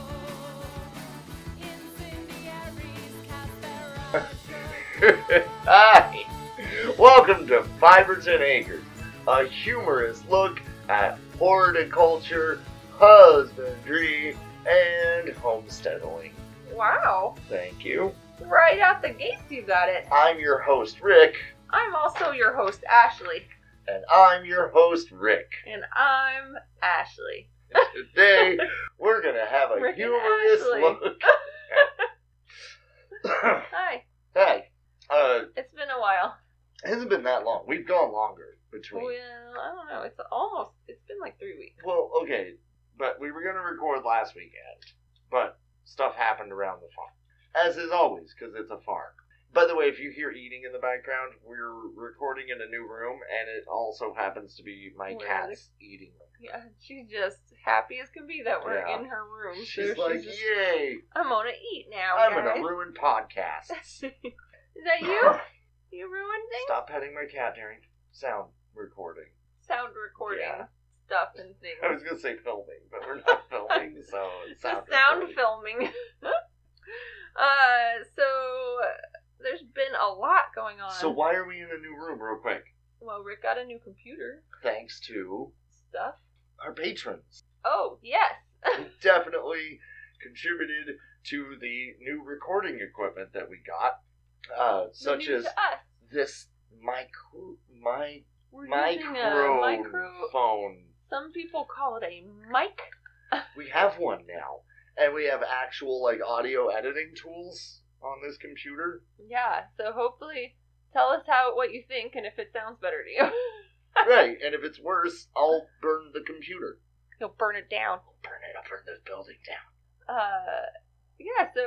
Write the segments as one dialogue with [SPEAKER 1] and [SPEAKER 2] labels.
[SPEAKER 1] Hi! Welcome to Fibers and Acres, a humorous look at horticulture, husbandry, and homesteading.
[SPEAKER 2] Wow.
[SPEAKER 1] Thank you.
[SPEAKER 2] Right out the gates, you got it.
[SPEAKER 1] I'm your host, Rick,
[SPEAKER 2] I'm also your host, Ashley.
[SPEAKER 1] and I'm your host, Rick.
[SPEAKER 2] And I'm Ashley.
[SPEAKER 1] Today, we're going to have a
[SPEAKER 2] Rick and
[SPEAKER 1] humorous
[SPEAKER 2] Ashley.
[SPEAKER 1] look. at-
[SPEAKER 2] Hi.
[SPEAKER 1] hey, uh,
[SPEAKER 2] It's been a while.
[SPEAKER 1] it hasn't been that long. We've gone longer between.
[SPEAKER 2] Well, I don't know. It's almost, it's been like three weeks.
[SPEAKER 1] Well, okay, but we were going to record last weekend, but stuff happened around the farm, as is always, because it's a farm. By the way, if you hear eating in the background, we're recording in a new room, and it also happens to be my
[SPEAKER 2] Where are
[SPEAKER 1] cat's eating room.
[SPEAKER 2] Yeah, she's just happy as can be that we're
[SPEAKER 1] Yeah.
[SPEAKER 2] in her room. so
[SPEAKER 1] She's like,
[SPEAKER 2] just,
[SPEAKER 1] "Yay!
[SPEAKER 2] I'm gonna eat now.
[SPEAKER 1] I'm
[SPEAKER 2] guys.
[SPEAKER 1] gonna ruin podcasts."
[SPEAKER 2] Is that you? You ruined things?
[SPEAKER 1] Stop petting my cat during sound recording.
[SPEAKER 2] Sound recording
[SPEAKER 1] Yeah.
[SPEAKER 2] stuff and
[SPEAKER 1] I
[SPEAKER 2] things.
[SPEAKER 1] was gonna say filming, but we're not filming, so it's
[SPEAKER 2] The
[SPEAKER 1] sound.
[SPEAKER 2] sound
[SPEAKER 1] recording.
[SPEAKER 2] filming. uh, so there's been a lot going on.
[SPEAKER 1] So why are we in a new room, real quick?
[SPEAKER 2] Well, Rick got a new computer
[SPEAKER 1] Thanks to
[SPEAKER 2] stuff.
[SPEAKER 1] our patrons.
[SPEAKER 2] Oh yes,
[SPEAKER 1] definitely contributed to the new recording equipment that we got, uh, such
[SPEAKER 2] new
[SPEAKER 1] as
[SPEAKER 2] to us.
[SPEAKER 1] this micro my
[SPEAKER 2] We're using a micro.
[SPEAKER 1] microphone.
[SPEAKER 2] Some people call it a mic.
[SPEAKER 1] We have one now, and we have actual like audio editing tools on this computer.
[SPEAKER 2] Yeah. So hopefully, tell us how what you think and if it sounds better to you.
[SPEAKER 1] right, and if it's worse, I'll burn the computer.
[SPEAKER 2] You'll burn it down.
[SPEAKER 1] Burn it. I'll burn this building down.
[SPEAKER 2] Uh, yeah. So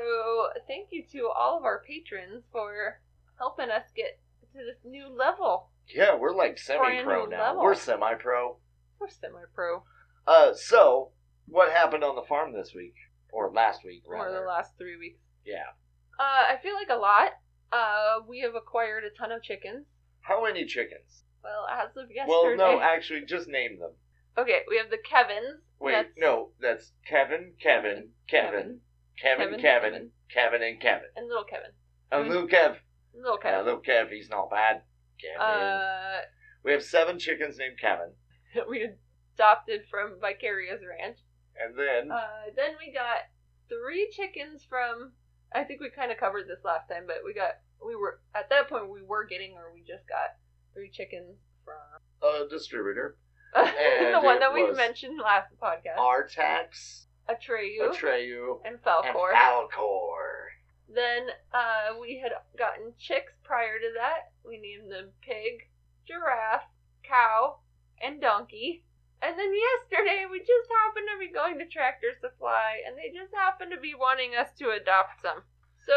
[SPEAKER 2] thank you to all of our patrons for helping us get to this new level.
[SPEAKER 1] Yeah, we're like
[SPEAKER 2] Brand new
[SPEAKER 1] semi-pro now.
[SPEAKER 2] level.
[SPEAKER 1] We're semi-pro.
[SPEAKER 2] We're semi-pro
[SPEAKER 1] Uh, so what happened on the farm this week or last week?
[SPEAKER 2] for
[SPEAKER 1] Rather.
[SPEAKER 2] the last three weeks.
[SPEAKER 1] yeah.
[SPEAKER 2] Uh, I feel like a lot. Uh, we have acquired a ton of chickens.
[SPEAKER 1] How many chickens?
[SPEAKER 2] Well, as of yesterday.
[SPEAKER 1] Well, no, actually, just name them.
[SPEAKER 2] Okay, we have the Kevins.
[SPEAKER 1] Wait,
[SPEAKER 2] That's
[SPEAKER 1] no, that's Kevin, Kevin, Kevin, Kevin,
[SPEAKER 2] Kevin,
[SPEAKER 1] Kevin, Kevin,
[SPEAKER 2] Kevin. Mm-hmm.
[SPEAKER 1] and Kevin.
[SPEAKER 2] and little Kevin.
[SPEAKER 1] And little Kev.
[SPEAKER 2] Little
[SPEAKER 1] Yeah,
[SPEAKER 2] Kevin.
[SPEAKER 1] little Kev, he's not bad. Kevin.
[SPEAKER 2] Uh,
[SPEAKER 1] we have seven chickens named Kevin.
[SPEAKER 2] we adopted from Vicarious Ranch.
[SPEAKER 1] And then,
[SPEAKER 2] Uh, then we got three chickens from. I think we kind of covered this last time, but we got we were at that point we were getting or we just got three chickens from
[SPEAKER 1] a distributor. And
[SPEAKER 2] the one
[SPEAKER 1] it
[SPEAKER 2] that we
[SPEAKER 1] was-
[SPEAKER 2] mentioned last podcast,
[SPEAKER 1] Artax,
[SPEAKER 2] Atreyu
[SPEAKER 1] Atreyu,
[SPEAKER 2] and
[SPEAKER 1] and
[SPEAKER 2] Falcor.
[SPEAKER 1] Falcor.
[SPEAKER 2] Then uh, we had gotten chicks prior to that. We named them pig, giraffe, cow, and donkey. And then yesterday we just happened to be going to Tractor Supply and they just happened to be wanting us to adopt some. So,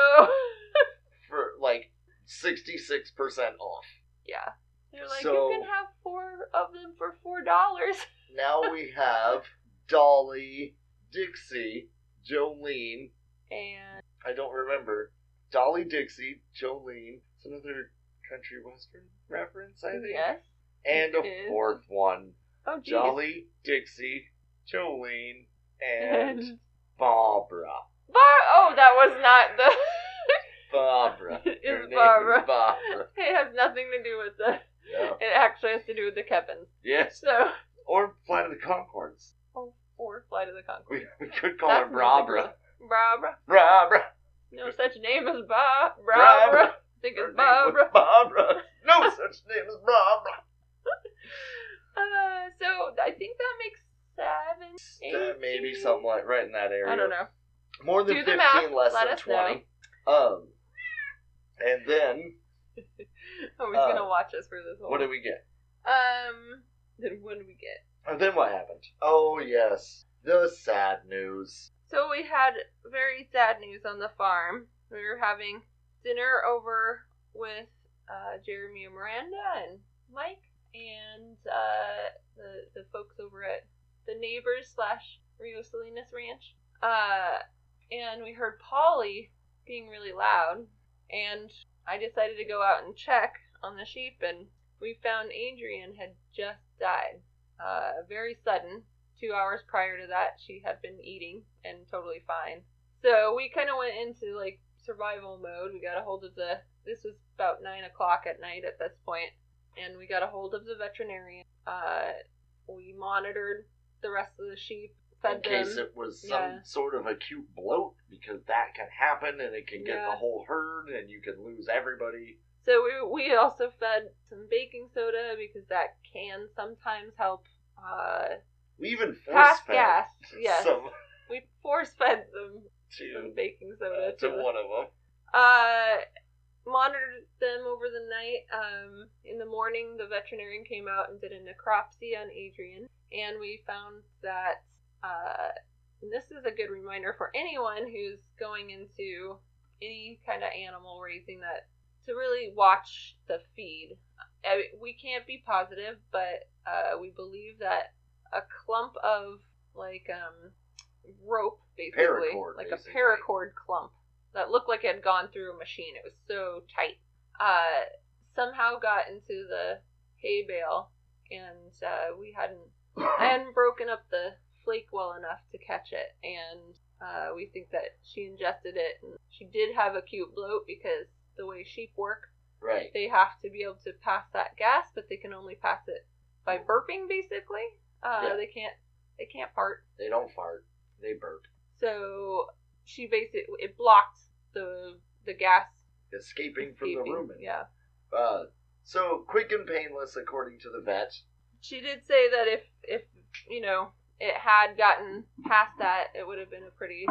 [SPEAKER 1] For like 66% off.
[SPEAKER 2] yeah. They're like,
[SPEAKER 1] So-
[SPEAKER 2] you can have four of them for four dollars.
[SPEAKER 1] Now we have Dolly, Dixie, Jolene,
[SPEAKER 2] And
[SPEAKER 1] I don't remember. Dolly Dixie, Jolene. It's another country western reference, I think.
[SPEAKER 2] yes.
[SPEAKER 1] And
[SPEAKER 2] it
[SPEAKER 1] a
[SPEAKER 2] is.
[SPEAKER 1] fourth one.
[SPEAKER 2] Oh, geez.
[SPEAKER 1] Dolly Dixie, Jolene, and,
[SPEAKER 2] And
[SPEAKER 1] Barbara.
[SPEAKER 2] bar. Oh, that was not the.
[SPEAKER 1] Barbara.
[SPEAKER 2] It's
[SPEAKER 1] Her name is
[SPEAKER 2] Barbara.
[SPEAKER 1] Barbara.
[SPEAKER 2] it has nothing to do with the.
[SPEAKER 1] Yeah.
[SPEAKER 2] It actually has to do with the Kevins.
[SPEAKER 1] Yes.
[SPEAKER 2] So.
[SPEAKER 1] Or Flight of the Concords.
[SPEAKER 2] Oh, or Flight of the
[SPEAKER 1] We,
[SPEAKER 2] Conchords.
[SPEAKER 1] we could call
[SPEAKER 2] That's
[SPEAKER 1] her Barbara.
[SPEAKER 2] Barbara.
[SPEAKER 1] Barbara.
[SPEAKER 2] No such name as Bob.
[SPEAKER 1] Barbara.
[SPEAKER 2] Barbara. I think
[SPEAKER 1] Her name
[SPEAKER 2] it's
[SPEAKER 1] was
[SPEAKER 2] Barbara.
[SPEAKER 1] Barbara. No such name as Barbara.
[SPEAKER 2] Uh, so I think that makes seven,
[SPEAKER 1] Uh,
[SPEAKER 2] eight.
[SPEAKER 1] maybe somewhat right in that area.
[SPEAKER 2] I don't know.
[SPEAKER 1] More than
[SPEAKER 2] Do the
[SPEAKER 1] fifteen,
[SPEAKER 2] math.
[SPEAKER 1] less
[SPEAKER 2] Let
[SPEAKER 1] than
[SPEAKER 2] us know.
[SPEAKER 1] twenty. Um, and then
[SPEAKER 2] Oh, he's
[SPEAKER 1] Uh,
[SPEAKER 2] gonna watch us for this whole.
[SPEAKER 1] what did we get?
[SPEAKER 2] Um. Then what did we get?
[SPEAKER 1] And then what happened? Oh yes, the sad news.
[SPEAKER 2] So we had very sad news on the farm. We were having dinner over with uh, Jeremy and Miranda and Mike and uh, the the folks over at the neighbors slash Rio Salinas Ranch. Uh, and we heard Polly being really loud, and I decided to go out and check on the sheep, and we found Adrian had just died. Uh, very sudden, two hours prior to that she had been eating and totally fine so we kind of went into like survival mode. We got a hold of the. This was about nine o'clock at night at this point, and we got a hold of the veterinarian. Uh, we monitored the rest of the sheep, fed
[SPEAKER 1] in case
[SPEAKER 2] them.
[SPEAKER 1] it was some
[SPEAKER 2] yeah.
[SPEAKER 1] sort of acute bloat, because that can happen and it can get
[SPEAKER 2] Yeah.
[SPEAKER 1] the whole herd and you can lose everybody.
[SPEAKER 2] so we we also fed some baking soda because that can sometimes help. Uh,
[SPEAKER 1] We even force
[SPEAKER 2] pass
[SPEAKER 1] fed
[SPEAKER 2] gas. Yes,
[SPEAKER 1] some
[SPEAKER 2] we force fed them some
[SPEAKER 1] to,
[SPEAKER 2] baking
[SPEAKER 1] uh,
[SPEAKER 2] soda
[SPEAKER 1] to
[SPEAKER 2] to
[SPEAKER 1] one of them.
[SPEAKER 2] uh monitored them over the night um in the morning the veterinarian came out and did a necropsy on adrian and we found that uh and this is a good reminder for anyone who's going into any kind of animal raising that to really watch the feed I mean, we can't be positive but uh we believe that a clump of like um rope basically
[SPEAKER 1] Paracord,
[SPEAKER 2] like
[SPEAKER 1] basically.
[SPEAKER 2] a paracord clump that looked like it had gone through a machine. It was so tight. Uh, somehow got into the hay bale, and uh, we hadn't. I hadn't broken up the flake well enough to catch it, and uh, we think that she ingested it. And she did have acute bloat because the way sheep work,
[SPEAKER 1] Right.
[SPEAKER 2] they have to be able to pass that gas, but they can only pass it by burping, basically. Uh,
[SPEAKER 1] Yeah.
[SPEAKER 2] They can't. They can't fart.
[SPEAKER 1] They don't fart. They burp.
[SPEAKER 2] So she basically it blocked the the gas
[SPEAKER 1] Escaping from the
[SPEAKER 2] escaping.
[SPEAKER 1] rumen.
[SPEAKER 2] Yeah,
[SPEAKER 1] Uh, so quick and painless, according to the vet.
[SPEAKER 2] she did say that if if you know it had gotten past that, it would have been a pretty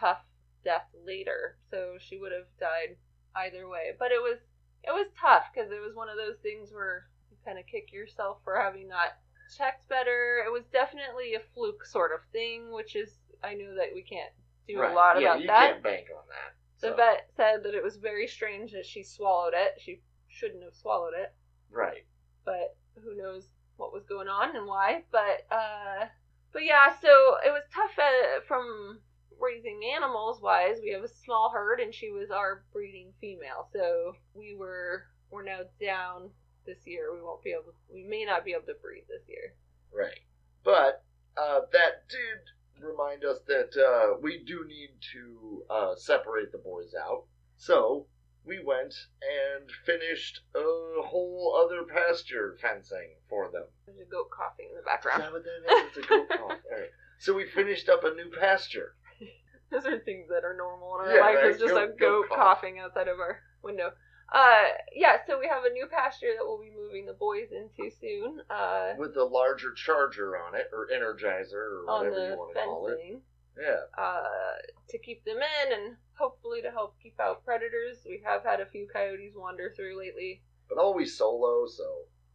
[SPEAKER 2] tough death later. So she would have died either way. But it was it was tough because it was one of those things where you kind of kick yourself for having not checked better. It was definitely a fluke sort of thing, which is I know that we can't do
[SPEAKER 1] Right.
[SPEAKER 2] a lot
[SPEAKER 1] yeah,
[SPEAKER 2] about
[SPEAKER 1] you
[SPEAKER 2] that.
[SPEAKER 1] can't bank on that.
[SPEAKER 2] The
[SPEAKER 1] So-
[SPEAKER 2] vet said that it was very strange that she swallowed it. She shouldn't have swallowed it,
[SPEAKER 1] Right.
[SPEAKER 2] but who knows what was going on and why. But uh, but yeah, so it was tough uh, from raising animals wise. We have a small herd, and she was our breeding female, so we were we're now down this year. We won't be able. We may not be able to breed this year.
[SPEAKER 1] Right. But uh, that did remind us that uh, we do need to uh, separate the boys out. So we went and finished a whole other pasture fencing for them.
[SPEAKER 2] There's a goat coughing in the
[SPEAKER 1] Is
[SPEAKER 2] background.
[SPEAKER 1] that what that is? It's a goat call. All right. So we finished up a new pasture.
[SPEAKER 2] Those are things that are normal in our
[SPEAKER 1] Yeah,
[SPEAKER 2] life.
[SPEAKER 1] right.
[SPEAKER 2] It's just
[SPEAKER 1] Go-
[SPEAKER 2] a
[SPEAKER 1] go
[SPEAKER 2] goat
[SPEAKER 1] cough.
[SPEAKER 2] coughing outside of our window. Uh, yeah, so we have a new pasture that we'll be moving the boys into soon. Uh,
[SPEAKER 1] with a larger charger on it, or energizer, or
[SPEAKER 2] on
[SPEAKER 1] whatever
[SPEAKER 2] the
[SPEAKER 1] you want to call it.
[SPEAKER 2] fencing,
[SPEAKER 1] Yeah.
[SPEAKER 2] uh, to keep them in and hopefully to help keep out predators. We have had a few coyotes wander through lately.
[SPEAKER 1] But always solo, so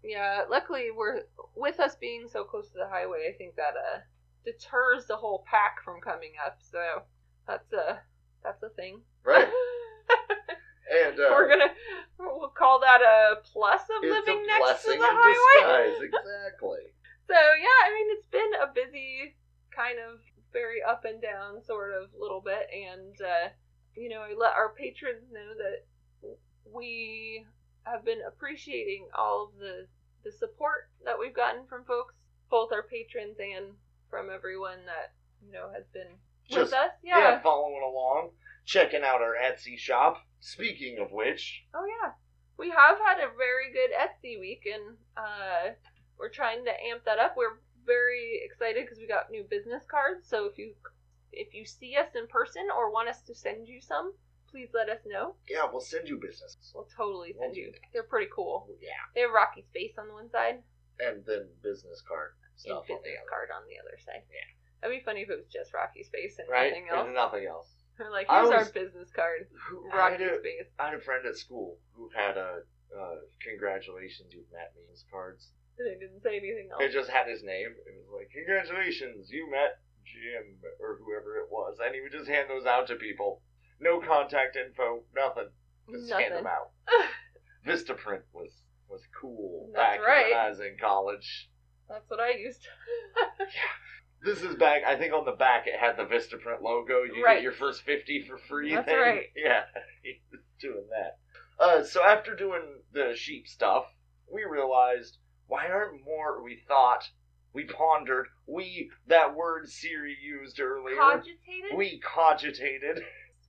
[SPEAKER 2] Yeah, luckily we're with us being so close to the highway. I think that uh deters the whole pack from coming up. So that's a that's a thing.
[SPEAKER 1] right. And uh,
[SPEAKER 2] We're gonna we'll call that a plus of
[SPEAKER 1] it's
[SPEAKER 2] living
[SPEAKER 1] a
[SPEAKER 2] next to
[SPEAKER 1] blessing
[SPEAKER 2] the
[SPEAKER 1] in
[SPEAKER 2] highway.
[SPEAKER 1] disguise, exactly.
[SPEAKER 2] So yeah, I mean it's been a busy kind of very up and down sort of little bit, and uh, you know I let our patrons know that we have been appreciating all of the the support that we've gotten from folks, both our patrons and from everyone that you know has been
[SPEAKER 1] Just-
[SPEAKER 2] with us.
[SPEAKER 1] yeah.
[SPEAKER 2] Yeah.
[SPEAKER 1] following along, checking out our Etsy shop. Speaking of which,
[SPEAKER 2] Oh yeah, we have had a very good Etsy week, and uh, we're trying to amp that up. We're very excited because we got new business cards. So if you if you see us in person or want us to send you some, please let us know.
[SPEAKER 1] yeah, we'll send you business.
[SPEAKER 2] We'll totally send you. They're pretty cool.
[SPEAKER 1] Yeah,
[SPEAKER 2] They have Rocky's face on one side
[SPEAKER 1] and then business card
[SPEAKER 2] and
[SPEAKER 1] stuff on the
[SPEAKER 2] business
[SPEAKER 1] other,
[SPEAKER 2] card on the other side.
[SPEAKER 1] Yeah.
[SPEAKER 2] That'd be funny if it was just Rocky's face and
[SPEAKER 1] right?
[SPEAKER 2] nothing else.
[SPEAKER 1] And nothing else.
[SPEAKER 2] We're like,
[SPEAKER 1] I
[SPEAKER 2] here's our
[SPEAKER 1] was-
[SPEAKER 2] business card.
[SPEAKER 1] Who, I, had
[SPEAKER 2] Rocky's
[SPEAKER 1] a,
[SPEAKER 2] face.
[SPEAKER 1] I had a friend at school who had a uh, congratulations, you've met me's cards.
[SPEAKER 2] And it didn't say anything else.
[SPEAKER 1] It just had his name. It was like congratulations, you met Jim or whoever it was, and he would just hand those out to people. No contact info, nothing. Just hand them
[SPEAKER 2] Nothing.
[SPEAKER 1] out. Vistaprint was was cool
[SPEAKER 2] That's
[SPEAKER 1] back
[SPEAKER 2] right.
[SPEAKER 1] when I was in college.
[SPEAKER 2] That's what I used.
[SPEAKER 1] This is back. I think on the back it had the Vistaprint logo. You
[SPEAKER 2] Right.
[SPEAKER 1] get your first fifty for free.
[SPEAKER 2] That's
[SPEAKER 1] thing.
[SPEAKER 2] right.
[SPEAKER 1] Yeah, he was doing that. Uh, so after doing the sheep stuff, we realized why aren't more? We thought, we pondered, we that word Siri used earlier.
[SPEAKER 2] Cogitated.
[SPEAKER 1] We cogitated.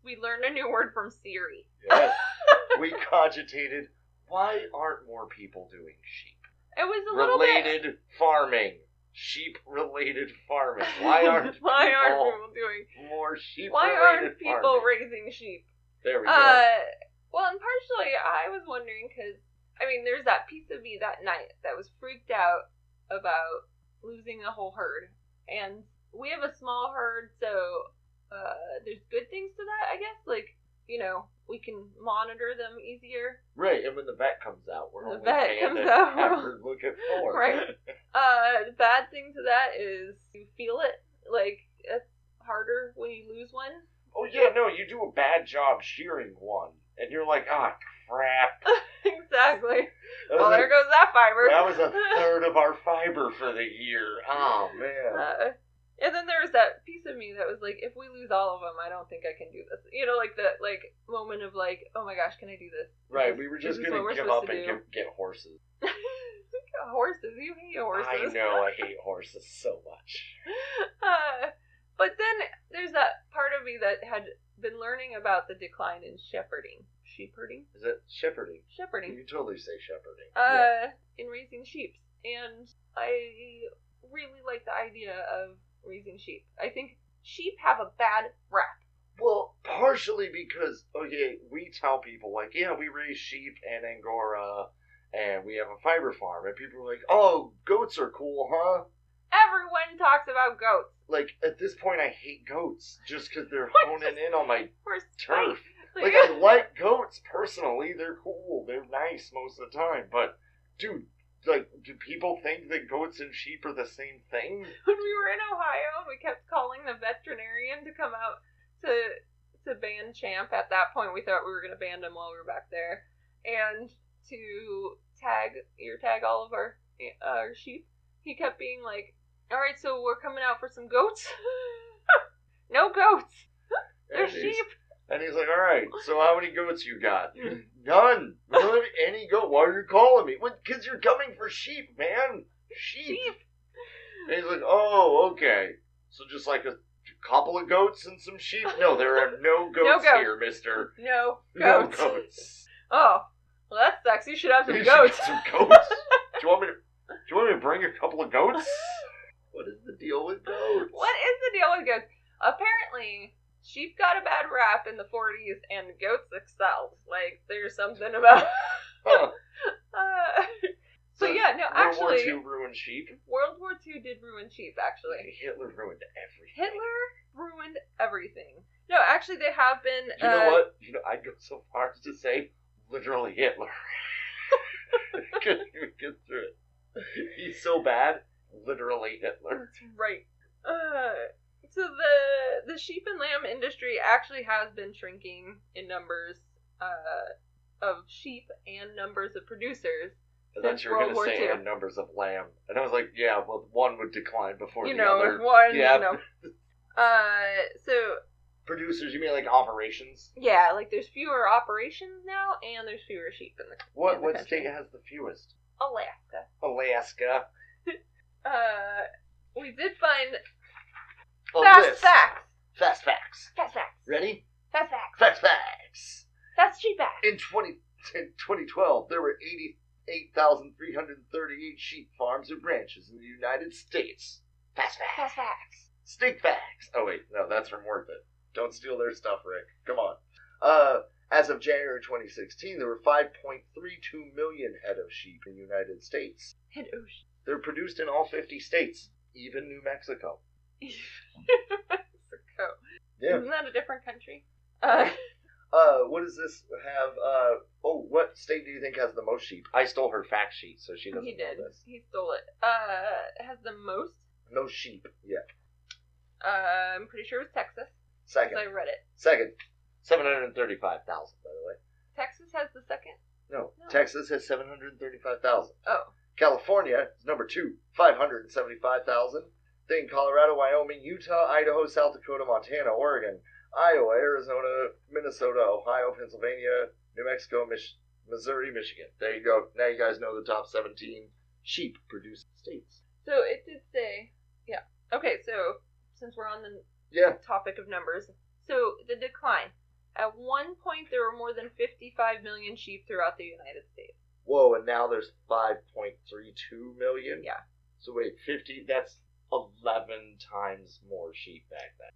[SPEAKER 2] We learned a new word from Siri.
[SPEAKER 1] Yes. we cogitated, why aren't more people doing sheep?
[SPEAKER 2] It was a little bit.
[SPEAKER 1] Related farming. Sheep related farming. Why aren't
[SPEAKER 2] why aren't
[SPEAKER 1] people
[SPEAKER 2] people doing?
[SPEAKER 1] more sheep
[SPEAKER 2] Why aren't
[SPEAKER 1] related
[SPEAKER 2] people
[SPEAKER 1] farming?
[SPEAKER 2] raising sheep?
[SPEAKER 1] there we go.
[SPEAKER 2] Uh, well, and partially I was wondering because I mean, there's that piece of me that night that was freaked out about losing a whole herd, and we have a small herd, so uh, there's good things to that, I guess. Like you know, we can monitor them easier.
[SPEAKER 1] right, and when the vet comes out, we're
[SPEAKER 2] The
[SPEAKER 1] only
[SPEAKER 2] vet
[SPEAKER 1] paying
[SPEAKER 2] comes
[SPEAKER 1] it
[SPEAKER 2] out, we're-
[SPEAKER 1] after looking for.
[SPEAKER 2] Right. Uh, the bad thing to that is you feel it. Like it's harder when you lose one.
[SPEAKER 1] Oh yeah, no, you do a bad job shearing one, and you're like, ah, crap.
[SPEAKER 2] exactly.
[SPEAKER 1] That
[SPEAKER 2] Well,
[SPEAKER 1] was,
[SPEAKER 2] there goes that fiber.
[SPEAKER 1] a, that was a third of our fiber for the year. Oh man.
[SPEAKER 2] Uh, and then there was that piece of me that was like, if we lose all of them, I don't think I can do this. You know, like the like moment of like, oh my gosh, can I do this?
[SPEAKER 1] Right,
[SPEAKER 2] This-
[SPEAKER 1] we were
[SPEAKER 2] this
[SPEAKER 1] just
[SPEAKER 2] is what
[SPEAKER 1] gonna
[SPEAKER 2] we're
[SPEAKER 1] give
[SPEAKER 2] supposed
[SPEAKER 1] up
[SPEAKER 2] to
[SPEAKER 1] and
[SPEAKER 2] do.
[SPEAKER 1] give, get horses.
[SPEAKER 2] horses. You hate horses.
[SPEAKER 1] I know I hate horses so much.
[SPEAKER 2] Uh, but then there's that part of me that had been learning about the decline in shepherding, shepherding,
[SPEAKER 1] Is it shepherding?
[SPEAKER 2] shepherding.
[SPEAKER 1] You totally say shepherding.
[SPEAKER 2] uh, in raising sheep. And I really like the idea of raising sheep. I think sheep have a bad rap.
[SPEAKER 1] Well, partially because okay, we tell people like, yeah, we raise sheep and angora, and we have a fiber farm, and people are like, oh, goats are cool, huh?
[SPEAKER 2] Everyone talks about goats.
[SPEAKER 1] Like at this point, I hate goats just because they're
[SPEAKER 2] What?
[SPEAKER 1] honing in on my
[SPEAKER 2] We're
[SPEAKER 1] turf.
[SPEAKER 2] Like,
[SPEAKER 1] Like I like goats personally; they're cool, they're nice most of the time. But dude, like, do people think that goats and sheep are the same thing?
[SPEAKER 2] when we were in Ohio, we kept calling the veterinarian to come out to to ban Champ. At that point, we thought we were going to ban him while we were back there, and to tag ear tag all of our uh, our sheep. He kept being like, "All right, so we're coming out for some goats. no goats. They're
[SPEAKER 1] And he's-
[SPEAKER 2] sheep.
[SPEAKER 1] And he's like, "All right, so how many goats you got? None. We don't have any goat. Why are you calling me? Because you're coming for sheep, man. Sheep."
[SPEAKER 2] Sheep.
[SPEAKER 1] And he's like, "Oh, okay. So just like a couple of goats and some sheep? No, there are no goats,
[SPEAKER 2] goats.
[SPEAKER 1] here, Mister.
[SPEAKER 2] No
[SPEAKER 1] No
[SPEAKER 2] goats.
[SPEAKER 1] goats.
[SPEAKER 2] Oh, well, that sucks. You should have some
[SPEAKER 1] You should
[SPEAKER 2] goats.
[SPEAKER 1] get Some goats. do you want me to? Do you want me to bring a couple of goats? What is the deal with goats?
[SPEAKER 2] What is the deal with goats? Apparently, sheep got a bad rap in the 40s and goats excelled. Like, there's something about.
[SPEAKER 1] Huh.
[SPEAKER 2] Uh, so,
[SPEAKER 1] So
[SPEAKER 2] yeah, no,
[SPEAKER 1] World War
[SPEAKER 2] actually,
[SPEAKER 1] II ruined sheep.
[SPEAKER 2] World War II did ruin sheep, actually.
[SPEAKER 1] Hitler ruined everything.
[SPEAKER 2] Hitler ruined everything. No, actually, they have been.
[SPEAKER 1] You
[SPEAKER 2] uh,
[SPEAKER 1] know what? You know, I'd go so far as to say literally Hitler. Couldn't even get through it. He's so bad, literally Hitler.
[SPEAKER 2] That's right. Uh, so the the sheep and lamb industry actually has been shrinking in numbers uh, of sheep and numbers of producers.
[SPEAKER 1] I thought
[SPEAKER 2] Since
[SPEAKER 1] you were
[SPEAKER 2] World
[SPEAKER 1] going
[SPEAKER 2] War
[SPEAKER 1] to say
[SPEAKER 2] II.
[SPEAKER 1] in numbers of lamb. And I was like, yeah, well, one would decline before
[SPEAKER 2] you
[SPEAKER 1] the
[SPEAKER 2] know,
[SPEAKER 1] other.
[SPEAKER 2] if one,
[SPEAKER 1] Yeah.
[SPEAKER 2] you know. Uh, so
[SPEAKER 1] Producers, you mean like operations?
[SPEAKER 2] yeah, like there's fewer operations now, and there's fewer sheep in the
[SPEAKER 1] What
[SPEAKER 2] In the
[SPEAKER 1] what
[SPEAKER 2] country.
[SPEAKER 1] state has the fewest?
[SPEAKER 2] Alaska.
[SPEAKER 1] Alaska.
[SPEAKER 2] Uh, we did find
[SPEAKER 1] A
[SPEAKER 2] fast
[SPEAKER 1] list.
[SPEAKER 2] facts,
[SPEAKER 1] Fast facts.
[SPEAKER 2] fast facts,
[SPEAKER 1] Ready?
[SPEAKER 2] fast facts,
[SPEAKER 1] Fast facts.
[SPEAKER 2] fast sheep facts.
[SPEAKER 1] In 20, in 2012, there were 88,338 sheep farms and ranches in the United States. Fast facts.
[SPEAKER 2] Fast facts.
[SPEAKER 1] Stink facts. Oh, wait. No, that's from Worth It. Don't steal their stuff, Rick. Come on. Uh, as of January 2016, there were 5.32 million head of sheep in the United States.
[SPEAKER 2] Head ocean.
[SPEAKER 1] They're produced in all 50 states, even New Mexico.
[SPEAKER 2] Mexico.
[SPEAKER 1] Yeah.
[SPEAKER 2] Isn't that a different country? Uh,
[SPEAKER 1] Uh, what does this have? Uh, oh, what state do you think has the most sheep? I stole her fact sheet, so she doesn't
[SPEAKER 2] he did.
[SPEAKER 1] know this.
[SPEAKER 2] He stole it. Uh, has the most.
[SPEAKER 1] No sheep. Yeah.
[SPEAKER 2] Uh, I'm pretty sure it was Texas. 'cause
[SPEAKER 1] Second.
[SPEAKER 2] I read it.
[SPEAKER 1] Second, 735,000, by the way.
[SPEAKER 2] Texas has the second.
[SPEAKER 1] No,
[SPEAKER 2] No.
[SPEAKER 1] Texas has 735,000.
[SPEAKER 2] Oh,
[SPEAKER 1] California is number two, 575,000. Then Colorado, Wyoming, Utah, Idaho, South Dakota, Montana, Oregon, Iowa, Arizona, Minnesota, Ohio, Pennsylvania, New Mexico, Mich- Missouri, Michigan. There you go. Now you guys know the top 17 sheep producing states.
[SPEAKER 2] so it did say. Yeah. Okay, so since we're on the
[SPEAKER 1] Yeah.
[SPEAKER 2] topic of numbers, so the decline. At one point, there were more than 55 million sheep throughout the United States.
[SPEAKER 1] Whoa, and now there's 5.32 million?
[SPEAKER 2] Yeah.
[SPEAKER 1] So wait, 50, that's 11 times more sheep back then.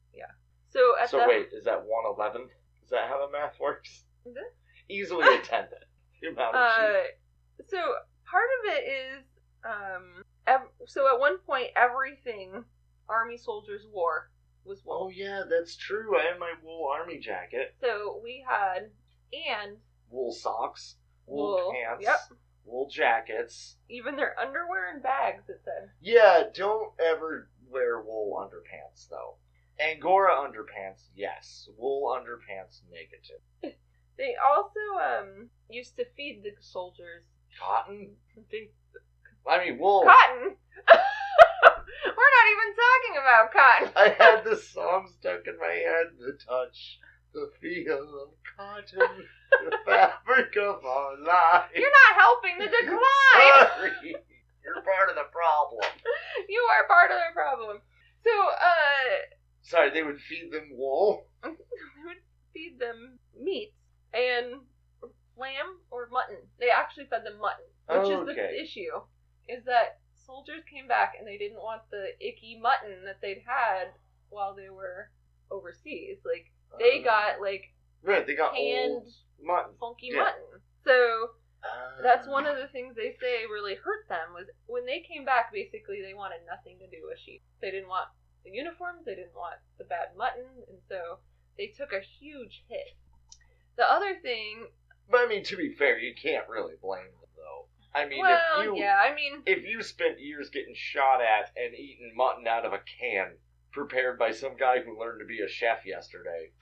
[SPEAKER 2] So at
[SPEAKER 1] so
[SPEAKER 2] the
[SPEAKER 1] wait, is that 1 11th? Is that how the math works?
[SPEAKER 2] Is it?
[SPEAKER 1] Easily a tenth the amount of sheep.
[SPEAKER 2] Uh, so part of it is um ev- so at one point everything army soldiers wore was wool.
[SPEAKER 1] Oh yeah, that's true. I have my wool army jacket,
[SPEAKER 2] So we had and
[SPEAKER 1] wool socks, wool,
[SPEAKER 2] Wool,
[SPEAKER 1] pants,
[SPEAKER 2] yep.
[SPEAKER 1] wool jackets.
[SPEAKER 2] even their underwear and bags it said.
[SPEAKER 1] Yeah, don't ever wear wool underpants though. Angora underpants, yes. Wool underpants, negative.
[SPEAKER 2] They also um used to feed the soldiers
[SPEAKER 1] Cotton?
[SPEAKER 2] they,
[SPEAKER 1] I mean wool.
[SPEAKER 2] cotton. We're not even talking about cotton.
[SPEAKER 1] I had the song stuck in my head. The touch, the feel of cotton, the fabric of our life.
[SPEAKER 2] You're not helping the decline.
[SPEAKER 1] Sorry, you're part of the problem.
[SPEAKER 2] you are part of the problem. So uh
[SPEAKER 1] Sorry, they would feed them wool.
[SPEAKER 2] they would feed them meat and lamb or mutton. They actually fed them mutton, which is
[SPEAKER 1] Okay.
[SPEAKER 2] the issue. Is that soldiers came back and they didn't want the icky mutton that they'd had while they were overseas. Like they
[SPEAKER 1] Uh,
[SPEAKER 2] got like
[SPEAKER 1] right. They got
[SPEAKER 2] canned
[SPEAKER 1] old mutton.
[SPEAKER 2] funky
[SPEAKER 1] yeah.
[SPEAKER 2] mutton. So
[SPEAKER 1] Uh,
[SPEAKER 2] that's one of the things they say really hurt them was when they came back basically they wanted nothing to do with sheep they didn't want the uniforms they didn't want the bad mutton and so they took a huge hit the other thing
[SPEAKER 1] But I mean, to be fair, you can't really blame them though. I mean,
[SPEAKER 2] well
[SPEAKER 1] if you
[SPEAKER 2] yeah i mean
[SPEAKER 1] if you spent years getting shot at and eating mutton out of a can prepared by some guy who learned to be a chef yesterday.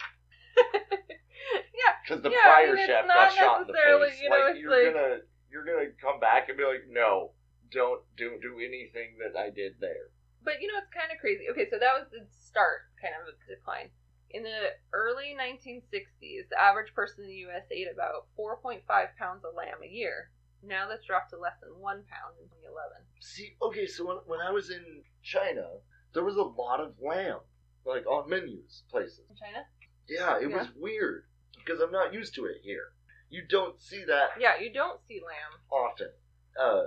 [SPEAKER 2] Yeah,
[SPEAKER 1] Because the
[SPEAKER 2] yeah, I
[SPEAKER 1] prior
[SPEAKER 2] mean, it's
[SPEAKER 1] chef
[SPEAKER 2] not
[SPEAKER 1] got shot in the
[SPEAKER 2] necessarily,
[SPEAKER 1] face.
[SPEAKER 2] you know,
[SPEAKER 1] like
[SPEAKER 2] it's
[SPEAKER 1] you're
[SPEAKER 2] like-
[SPEAKER 1] gonna you're gonna come back and be like, no, don't don't do anything that I did there.
[SPEAKER 2] but you know it's kind of crazy okay so that was the start kind of of the decline in the early 1960s the average person in the us ate about 4.5 pounds of lamb a year now that's dropped to less than one pound in 2011
[SPEAKER 1] See, okay, so when, when I was in China, there was a lot of lamb, like on menus, places.
[SPEAKER 2] in china
[SPEAKER 1] Yeah, it was weird because I'm not used to it here. You don't see that
[SPEAKER 2] Yeah, you don't see lamb.
[SPEAKER 1] often. Uh,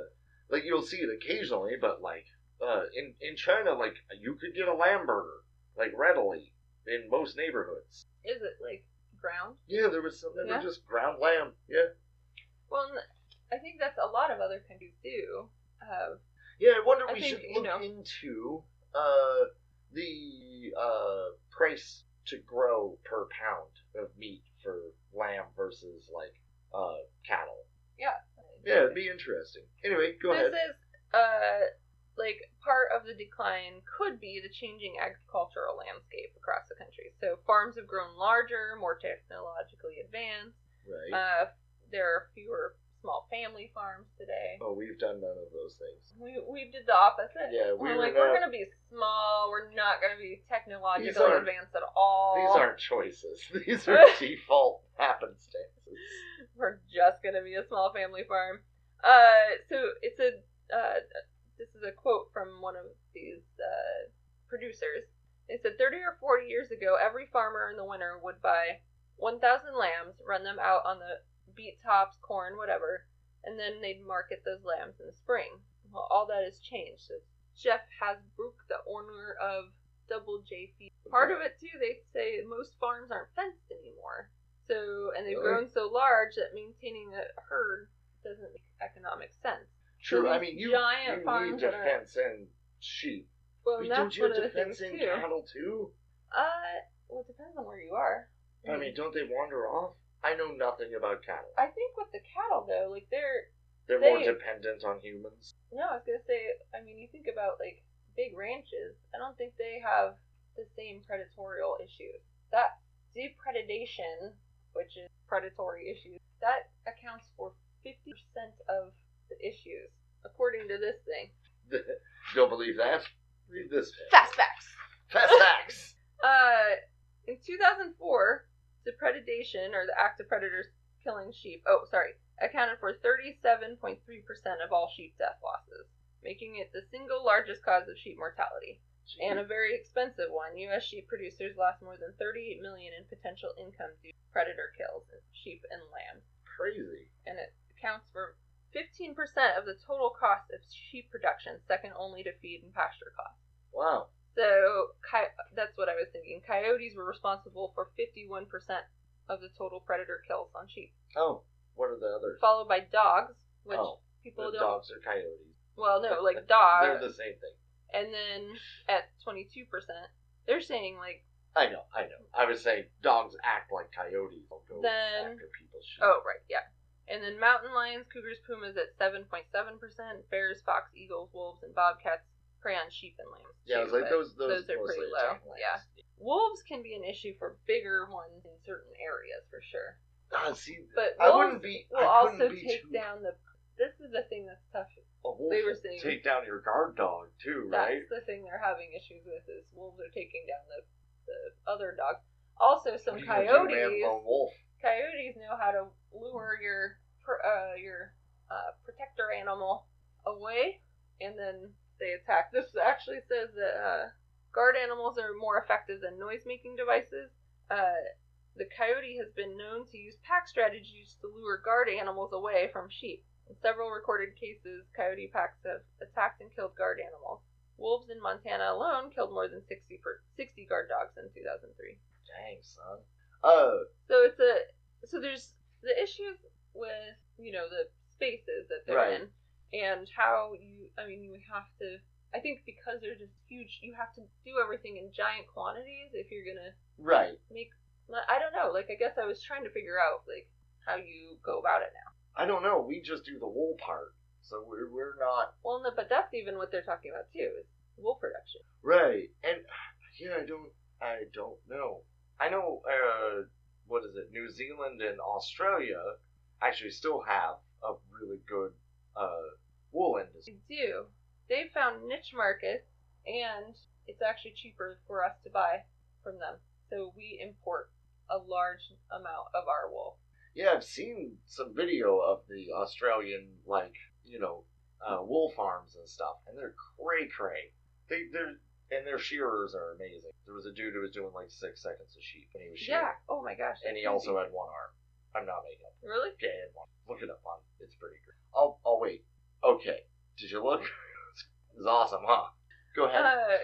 [SPEAKER 1] like you'll see it occasionally, but like uh, in in China, like you could get a lamb burger like readily in most neighborhoods.
[SPEAKER 2] Is it like ground?
[SPEAKER 1] Yeah, there was some that
[SPEAKER 2] Yeah.
[SPEAKER 1] were just ground lamb. Yeah,
[SPEAKER 2] Well, n- I think that's a lot of other countries do. Uh,
[SPEAKER 1] yeah. I wonder
[SPEAKER 2] I
[SPEAKER 1] we
[SPEAKER 2] think,
[SPEAKER 1] should
[SPEAKER 2] you
[SPEAKER 1] look
[SPEAKER 2] know.
[SPEAKER 1] into uh, the uh, price to grow per pound of meat for lamb versus like uh, cattle. Yeah, it'd be interesting. Anyway, go ahead.
[SPEAKER 2] this is uh like part of the decline could be the changing agricultural landscape across the country. So farms have grown larger, more technologically advanced.
[SPEAKER 1] Right.
[SPEAKER 2] Uh, there are fewer small family farms today.
[SPEAKER 1] Oh, we've done none of those things.
[SPEAKER 2] We we did the opposite.
[SPEAKER 1] Yeah,
[SPEAKER 2] We're
[SPEAKER 1] we're
[SPEAKER 2] like
[SPEAKER 1] not-
[SPEAKER 2] we're gonna be small. We're not gonna be technologically
[SPEAKER 1] are-
[SPEAKER 2] advanced at all.
[SPEAKER 1] These aren't choices. These are default happenstances.
[SPEAKER 2] we're just gonna be a small family farm. Uh, so it's a uh, this is a quote from one of these uh, producers. It said 30 or 40 years ago, every farmer in the winter would buy 1,000 lambs, run them out on the beet tops, corn, whatever, and then they'd market those lambs in the spring. Well, all that has changed. So Jeff Hasbrook, the owner of Double J Feed, part of it too, they say most farms aren't fenced anymore. So, and they've
[SPEAKER 1] Really?
[SPEAKER 2] grown so large that maintaining a herd doesn't make economic sense.
[SPEAKER 1] True. I
[SPEAKER 2] these
[SPEAKER 1] mean, you,
[SPEAKER 2] giant
[SPEAKER 1] you need
[SPEAKER 2] farms that
[SPEAKER 1] to
[SPEAKER 2] are-
[SPEAKER 1] fence in sheep.
[SPEAKER 2] Well,
[SPEAKER 1] But
[SPEAKER 2] and
[SPEAKER 1] don't
[SPEAKER 2] that's
[SPEAKER 1] you
[SPEAKER 2] one of
[SPEAKER 1] have to
[SPEAKER 2] the
[SPEAKER 1] fence
[SPEAKER 2] things
[SPEAKER 1] in
[SPEAKER 2] too.
[SPEAKER 1] cattle too?
[SPEAKER 2] Uh, well, it depends on where you are.
[SPEAKER 1] I mean, don't they wander off? I know nothing about cattle.
[SPEAKER 2] I think with the cattle though, like they're
[SPEAKER 1] They're more
[SPEAKER 2] they-
[SPEAKER 1] dependent on humans.
[SPEAKER 2] no, I was gonna say. I mean, you think about like big ranches. I don't think they have the same predatorial issues. That depredation, which is predatory issues, that accounts for fifty percent of the issues, according to this thing.
[SPEAKER 1] don't believe that? Read this.
[SPEAKER 2] Fast facts.
[SPEAKER 1] Fast facts.
[SPEAKER 2] Uh, in 2004, the predation or the act of predators killing sheep. Oh, sorry, accounted for 37.3% of all sheep death losses, making it the single largest cause of sheep mortality. and a very expensive one. U.S. sheep producers lost more than 38 million in potential income due to predator kills of sheep and lambs,
[SPEAKER 1] Crazy.
[SPEAKER 2] and it accounts for 15% of the total cost of sheep production, second only to feed and pasture costs.
[SPEAKER 1] Wow.
[SPEAKER 2] So coy- that's what I was thinking. Coyotes were responsible for 51% of the total predator kills on sheep,
[SPEAKER 1] Oh, what are the others?
[SPEAKER 2] followed by dogs, which
[SPEAKER 1] Oh,
[SPEAKER 2] people
[SPEAKER 1] the
[SPEAKER 2] don't.
[SPEAKER 1] dogs are coyotes.
[SPEAKER 2] Well, no, like
[SPEAKER 1] They're
[SPEAKER 2] dogs,
[SPEAKER 1] the same thing.
[SPEAKER 2] and then at 22%, they're saying like
[SPEAKER 1] I know, I know. I was saying dogs act like coyotes. They'll go
[SPEAKER 2] Then-
[SPEAKER 1] after people's shit.
[SPEAKER 2] Oh, right, yeah. And then mountain lions, cougars, pumas at 7.7%, bears, fox, eagles, wolves, and bobcats prey on sheep and lambs.
[SPEAKER 1] yeah, it's
[SPEAKER 2] too,
[SPEAKER 1] like
[SPEAKER 2] but
[SPEAKER 1] those. Those,
[SPEAKER 2] those are
[SPEAKER 1] mostly
[SPEAKER 2] pretty low,
[SPEAKER 1] attack lines.
[SPEAKER 2] yeah. Wolves can be an issue for bigger ones in certain areas for sure.
[SPEAKER 1] Ah, see,
[SPEAKER 2] But
[SPEAKER 1] I
[SPEAKER 2] wolves
[SPEAKER 1] wouldn't be.
[SPEAKER 2] will
[SPEAKER 1] I couldn't
[SPEAKER 2] also
[SPEAKER 1] be
[SPEAKER 2] take
[SPEAKER 1] too,
[SPEAKER 2] down the. This is the thing that's tough.
[SPEAKER 1] A wolf
[SPEAKER 2] they were
[SPEAKER 1] will
[SPEAKER 2] saying-
[SPEAKER 1] take down your guard dog too, right?
[SPEAKER 2] That's the thing they're having issues with is wolves are taking down the, the other dogs. Also, some
[SPEAKER 1] What are you gonna do, man,
[SPEAKER 2] coyotes.
[SPEAKER 1] with a wolf.
[SPEAKER 2] coyotes know how to lure your pr- uh, your uh, protector animal away, and then they attack. This actually says that uh, guard animals are more effective than noise-making devices. Uh, the coyote has been known to use pack strategies to lure guard animals away from sheep. In several recorded cases, coyote packs have attacked and killed guard animals. Wolves in Montana alone killed more than 60, per- 60 guard dogs in 2003.
[SPEAKER 1] Dang, son. Uh,
[SPEAKER 2] So it's a so there's the issues with you know the spaces that they're
[SPEAKER 1] Right.
[SPEAKER 2] in and how you I mean you have to I think because they're just huge you have to do everything in giant quantities if you're gonna
[SPEAKER 1] right.
[SPEAKER 2] make I don't know like I guess I was trying to figure out like how you go about it now.
[SPEAKER 1] I don't know. We just do the wool part, so we're we're not
[SPEAKER 2] Well, no, but that's even what they're talking about too is wool production.
[SPEAKER 1] right. And yeah, I don't. I don't know. I know. Uh, what is it? New Zealand and Australia actually still have a really good uh wool industry.
[SPEAKER 2] They do. They found niche markets and it's actually cheaper for us to buy from them. So we import a large amount of our wool.
[SPEAKER 1] Yeah, I've seen some video of the Australian like you know uh, wool farms and stuff, and they're cray cray. They they're and their shearers are amazing. There was a dude who was doing like six seconds of sheep, and he was shearing,
[SPEAKER 2] Yeah. Oh my gosh.
[SPEAKER 1] and he
[SPEAKER 2] that's
[SPEAKER 1] also
[SPEAKER 2] crazy.
[SPEAKER 1] had one arm. I'm not making up.
[SPEAKER 2] really
[SPEAKER 1] Yeah, he had one. Look it up on. It's pretty great. I'll I'll wait. Okay, did you look? it's awesome, huh? Go ahead.
[SPEAKER 2] uh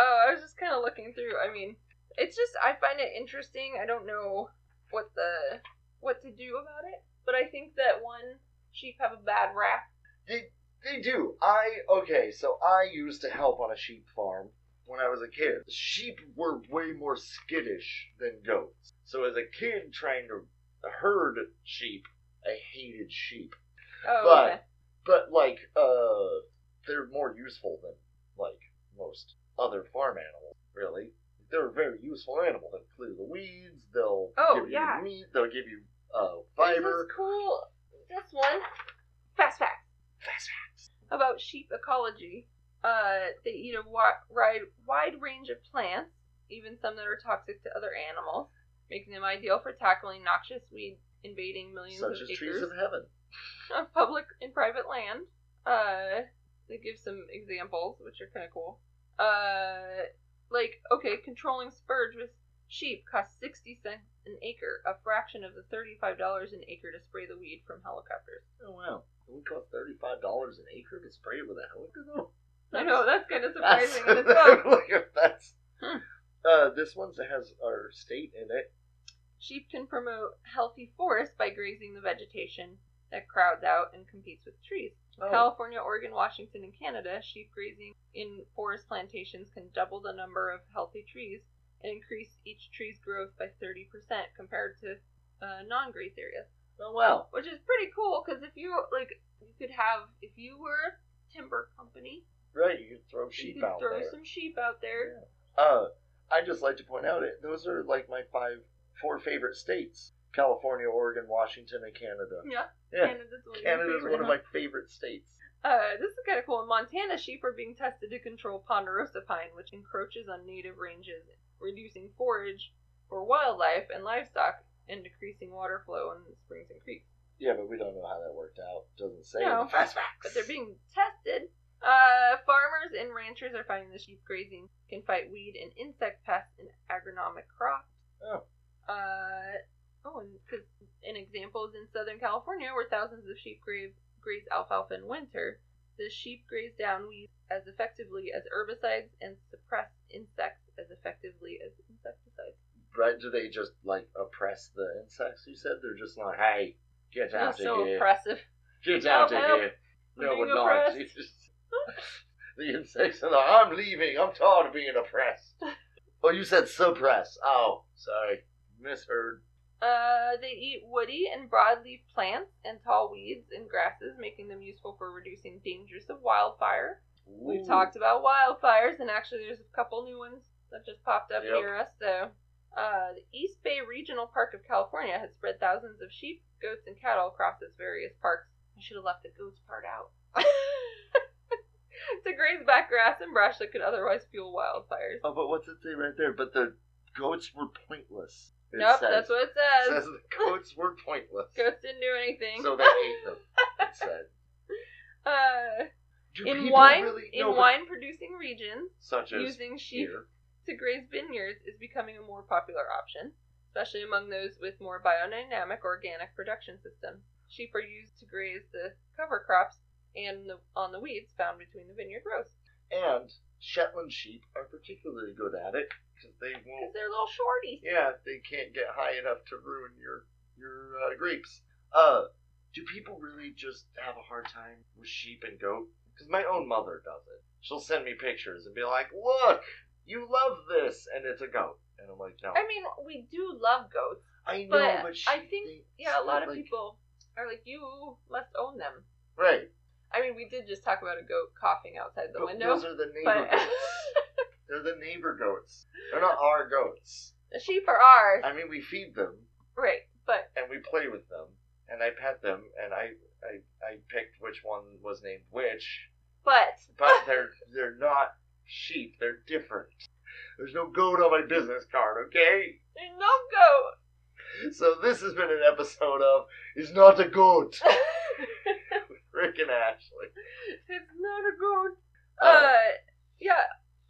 [SPEAKER 2] oh I was just kind of looking through. I mean, it's just I find it interesting. I don't know what the what to do about it, but I think that one sheep have a bad rap.
[SPEAKER 1] They they do. I okay, so I used to help on a sheep farm when I was a kid. Sheep were way more skittish than goats. So as a kid trying to herd sheep, I hated sheep.
[SPEAKER 2] Oh,
[SPEAKER 1] But-
[SPEAKER 2] okay.
[SPEAKER 1] But like uh they're more useful than like most other farm animals, really. They're a very useful animal. They'll clear the weeds, they'll
[SPEAKER 2] Oh,
[SPEAKER 1] give
[SPEAKER 2] yeah.
[SPEAKER 1] you meat, they'll give you uh
[SPEAKER 2] This
[SPEAKER 1] fiber.
[SPEAKER 2] is cool. This one, fast fact.
[SPEAKER 1] Fast
[SPEAKER 2] about sheep ecology. Uh, they eat a wi- wide, wide range of plants, even some that are toxic to other animals, making them ideal for tackling noxious weed invading millions
[SPEAKER 1] such
[SPEAKER 2] of
[SPEAKER 1] as trees
[SPEAKER 2] acres
[SPEAKER 1] of heaven.
[SPEAKER 2] of public and private land. Uh, they give some examples, which are kind of cool. Uh, like, okay, controlling spurge with sheep costs 60 cents an acre, a fraction of the $35 an acre to spray the weed from helicopters.
[SPEAKER 1] Oh wow! It would cost thirty five dollars an acre to spray with a helicopter. though?
[SPEAKER 2] I know, that's kind of
[SPEAKER 1] That's,
[SPEAKER 2] surprising in itself.
[SPEAKER 1] like, that's
[SPEAKER 2] Hmm.
[SPEAKER 1] uh, this one has our state in it.
[SPEAKER 2] Sheep can promote healthy forests by grazing the vegetation that crowds out and competes with trees.
[SPEAKER 1] Oh.
[SPEAKER 2] California, Oregon, Washington, and Canada, sheep grazing in forest plantations can double the number of healthy trees and increase each tree's growth by 30% compared to uh, non-grazed areas,
[SPEAKER 1] Oh wow!
[SPEAKER 2] which is pretty cool because if you like, you could have if you were a timber company,
[SPEAKER 1] Right, you can throw
[SPEAKER 2] you
[SPEAKER 1] sheep
[SPEAKER 2] could
[SPEAKER 1] out
[SPEAKER 2] throw
[SPEAKER 1] there.
[SPEAKER 2] some sheep out there.
[SPEAKER 1] Uh, I just like to point out it. Those are like my five, four favorite states: California, Oregon, Washington, and Canada.
[SPEAKER 2] Yeah,
[SPEAKER 1] Yeah.
[SPEAKER 2] Canada's one, of Hmm. your
[SPEAKER 1] Canada is
[SPEAKER 2] favorite
[SPEAKER 1] one of
[SPEAKER 2] ones.
[SPEAKER 1] my favorite states.
[SPEAKER 2] Uh, this is kind of cool. In Montana, sheep are being tested to control ponderosa pine, which encroaches on native ranges, reducing forage for wildlife and livestock, and decreasing water flow in springs and creeks.
[SPEAKER 1] Yeah, but we don't know how that worked out. Doesn't say.
[SPEAKER 2] No.
[SPEAKER 1] Fast facts.
[SPEAKER 2] But they're being tested. Uh, farmers in Ran- ranchers are finding the sheep grazing can fight weed and insect pests in agronomic crops.
[SPEAKER 1] Oh.
[SPEAKER 2] Uh, oh, and because an example is in Southern California where thousands of sheep graze, graze alfalfa in winter. The sheep graze down weeds as effectively as herbicides and suppress insects as effectively as insecticides.
[SPEAKER 1] Right? Do they just like oppress the insects? You said they're just like, hey, get out
[SPEAKER 2] That's so
[SPEAKER 1] of here,
[SPEAKER 2] oppressive.
[SPEAKER 1] get
[SPEAKER 2] Help,
[SPEAKER 1] out of
[SPEAKER 2] help.
[SPEAKER 1] here.
[SPEAKER 2] I'm
[SPEAKER 1] No,
[SPEAKER 2] being
[SPEAKER 1] we're not.
[SPEAKER 2] oppressed.
[SPEAKER 1] the insects are like, I'm leaving. I'm tired of being oppressed. oh, you said suppress. Oh, sorry, misheard.
[SPEAKER 2] Uh, they eat woody and broadleaf plants and tall weeds and grasses, making them useful for reducing dangers of wildfire. We've
[SPEAKER 1] Ooh.
[SPEAKER 2] talked about wildfires, and actually, there's a couple new ones that just popped up
[SPEAKER 1] Yep.
[SPEAKER 2] near us. So, uh, the East Bay Regional Park of California has spread thousands of sheep, goats, and cattle across its various parks. I should have left the goats part out. to graze back grass and brush that could otherwise fuel wildfires.
[SPEAKER 1] Oh, but what's it say right there? But the goats were pointless. It
[SPEAKER 2] nope,
[SPEAKER 1] says-
[SPEAKER 2] that's what it
[SPEAKER 1] it
[SPEAKER 2] says.
[SPEAKER 1] says the goats were pointless.
[SPEAKER 2] Goats didn't do anything.
[SPEAKER 1] So they ate them. It said.
[SPEAKER 2] uh,
[SPEAKER 1] Do
[SPEAKER 2] in
[SPEAKER 1] people
[SPEAKER 2] wine,
[SPEAKER 1] really-
[SPEAKER 2] in
[SPEAKER 1] No, but-
[SPEAKER 2] wine producing regions,
[SPEAKER 1] such as
[SPEAKER 2] using sheep
[SPEAKER 1] here.
[SPEAKER 2] to graze vineyards is becoming a more popular option, especially among those with more biodynamic organic production systems. Sheep are used to graze the cover crops and the, on the weeds found between the vineyard rows
[SPEAKER 1] And Shetland sheep are particularly good at it because they
[SPEAKER 2] because
[SPEAKER 1] won't.
[SPEAKER 2] they're little shorties.
[SPEAKER 1] Yeah, they can't get high enough to ruin your your uh, grapes. Uh, do people really just have a hard time with sheep and goat? Because my own mother does it. She'll send me pictures and be like, "Look, you love this," and it's a goat. And I'm like, "No,
[SPEAKER 2] I mean, we do love goats.
[SPEAKER 1] I know,
[SPEAKER 2] but
[SPEAKER 1] but,
[SPEAKER 2] I
[SPEAKER 1] sheep,
[SPEAKER 2] think-
[SPEAKER 1] they-
[SPEAKER 2] Yeah, a lot of
[SPEAKER 1] like-
[SPEAKER 2] people are like, you must own them.
[SPEAKER 1] Right,
[SPEAKER 2] I mean, we did just talk about a goat coughing outside the
[SPEAKER 1] but
[SPEAKER 2] window,
[SPEAKER 1] those are the neighbor
[SPEAKER 2] but
[SPEAKER 1] goats. They're the neighbor goats. They're not our goats.
[SPEAKER 2] the sheep are ours,
[SPEAKER 1] I mean, we feed them,
[SPEAKER 2] right? But
[SPEAKER 1] and we play with them and I pet them and I I, I picked which one was named which,
[SPEAKER 2] but
[SPEAKER 1] but they're they're not sheep. They're different. There's no goat on my business card, okay?
[SPEAKER 2] there's no goat.
[SPEAKER 1] So this has been an episode of "Is Not a Goat" with Rick and Ashley.
[SPEAKER 2] It's not a goat.
[SPEAKER 1] Oh.
[SPEAKER 2] Uh, yeah,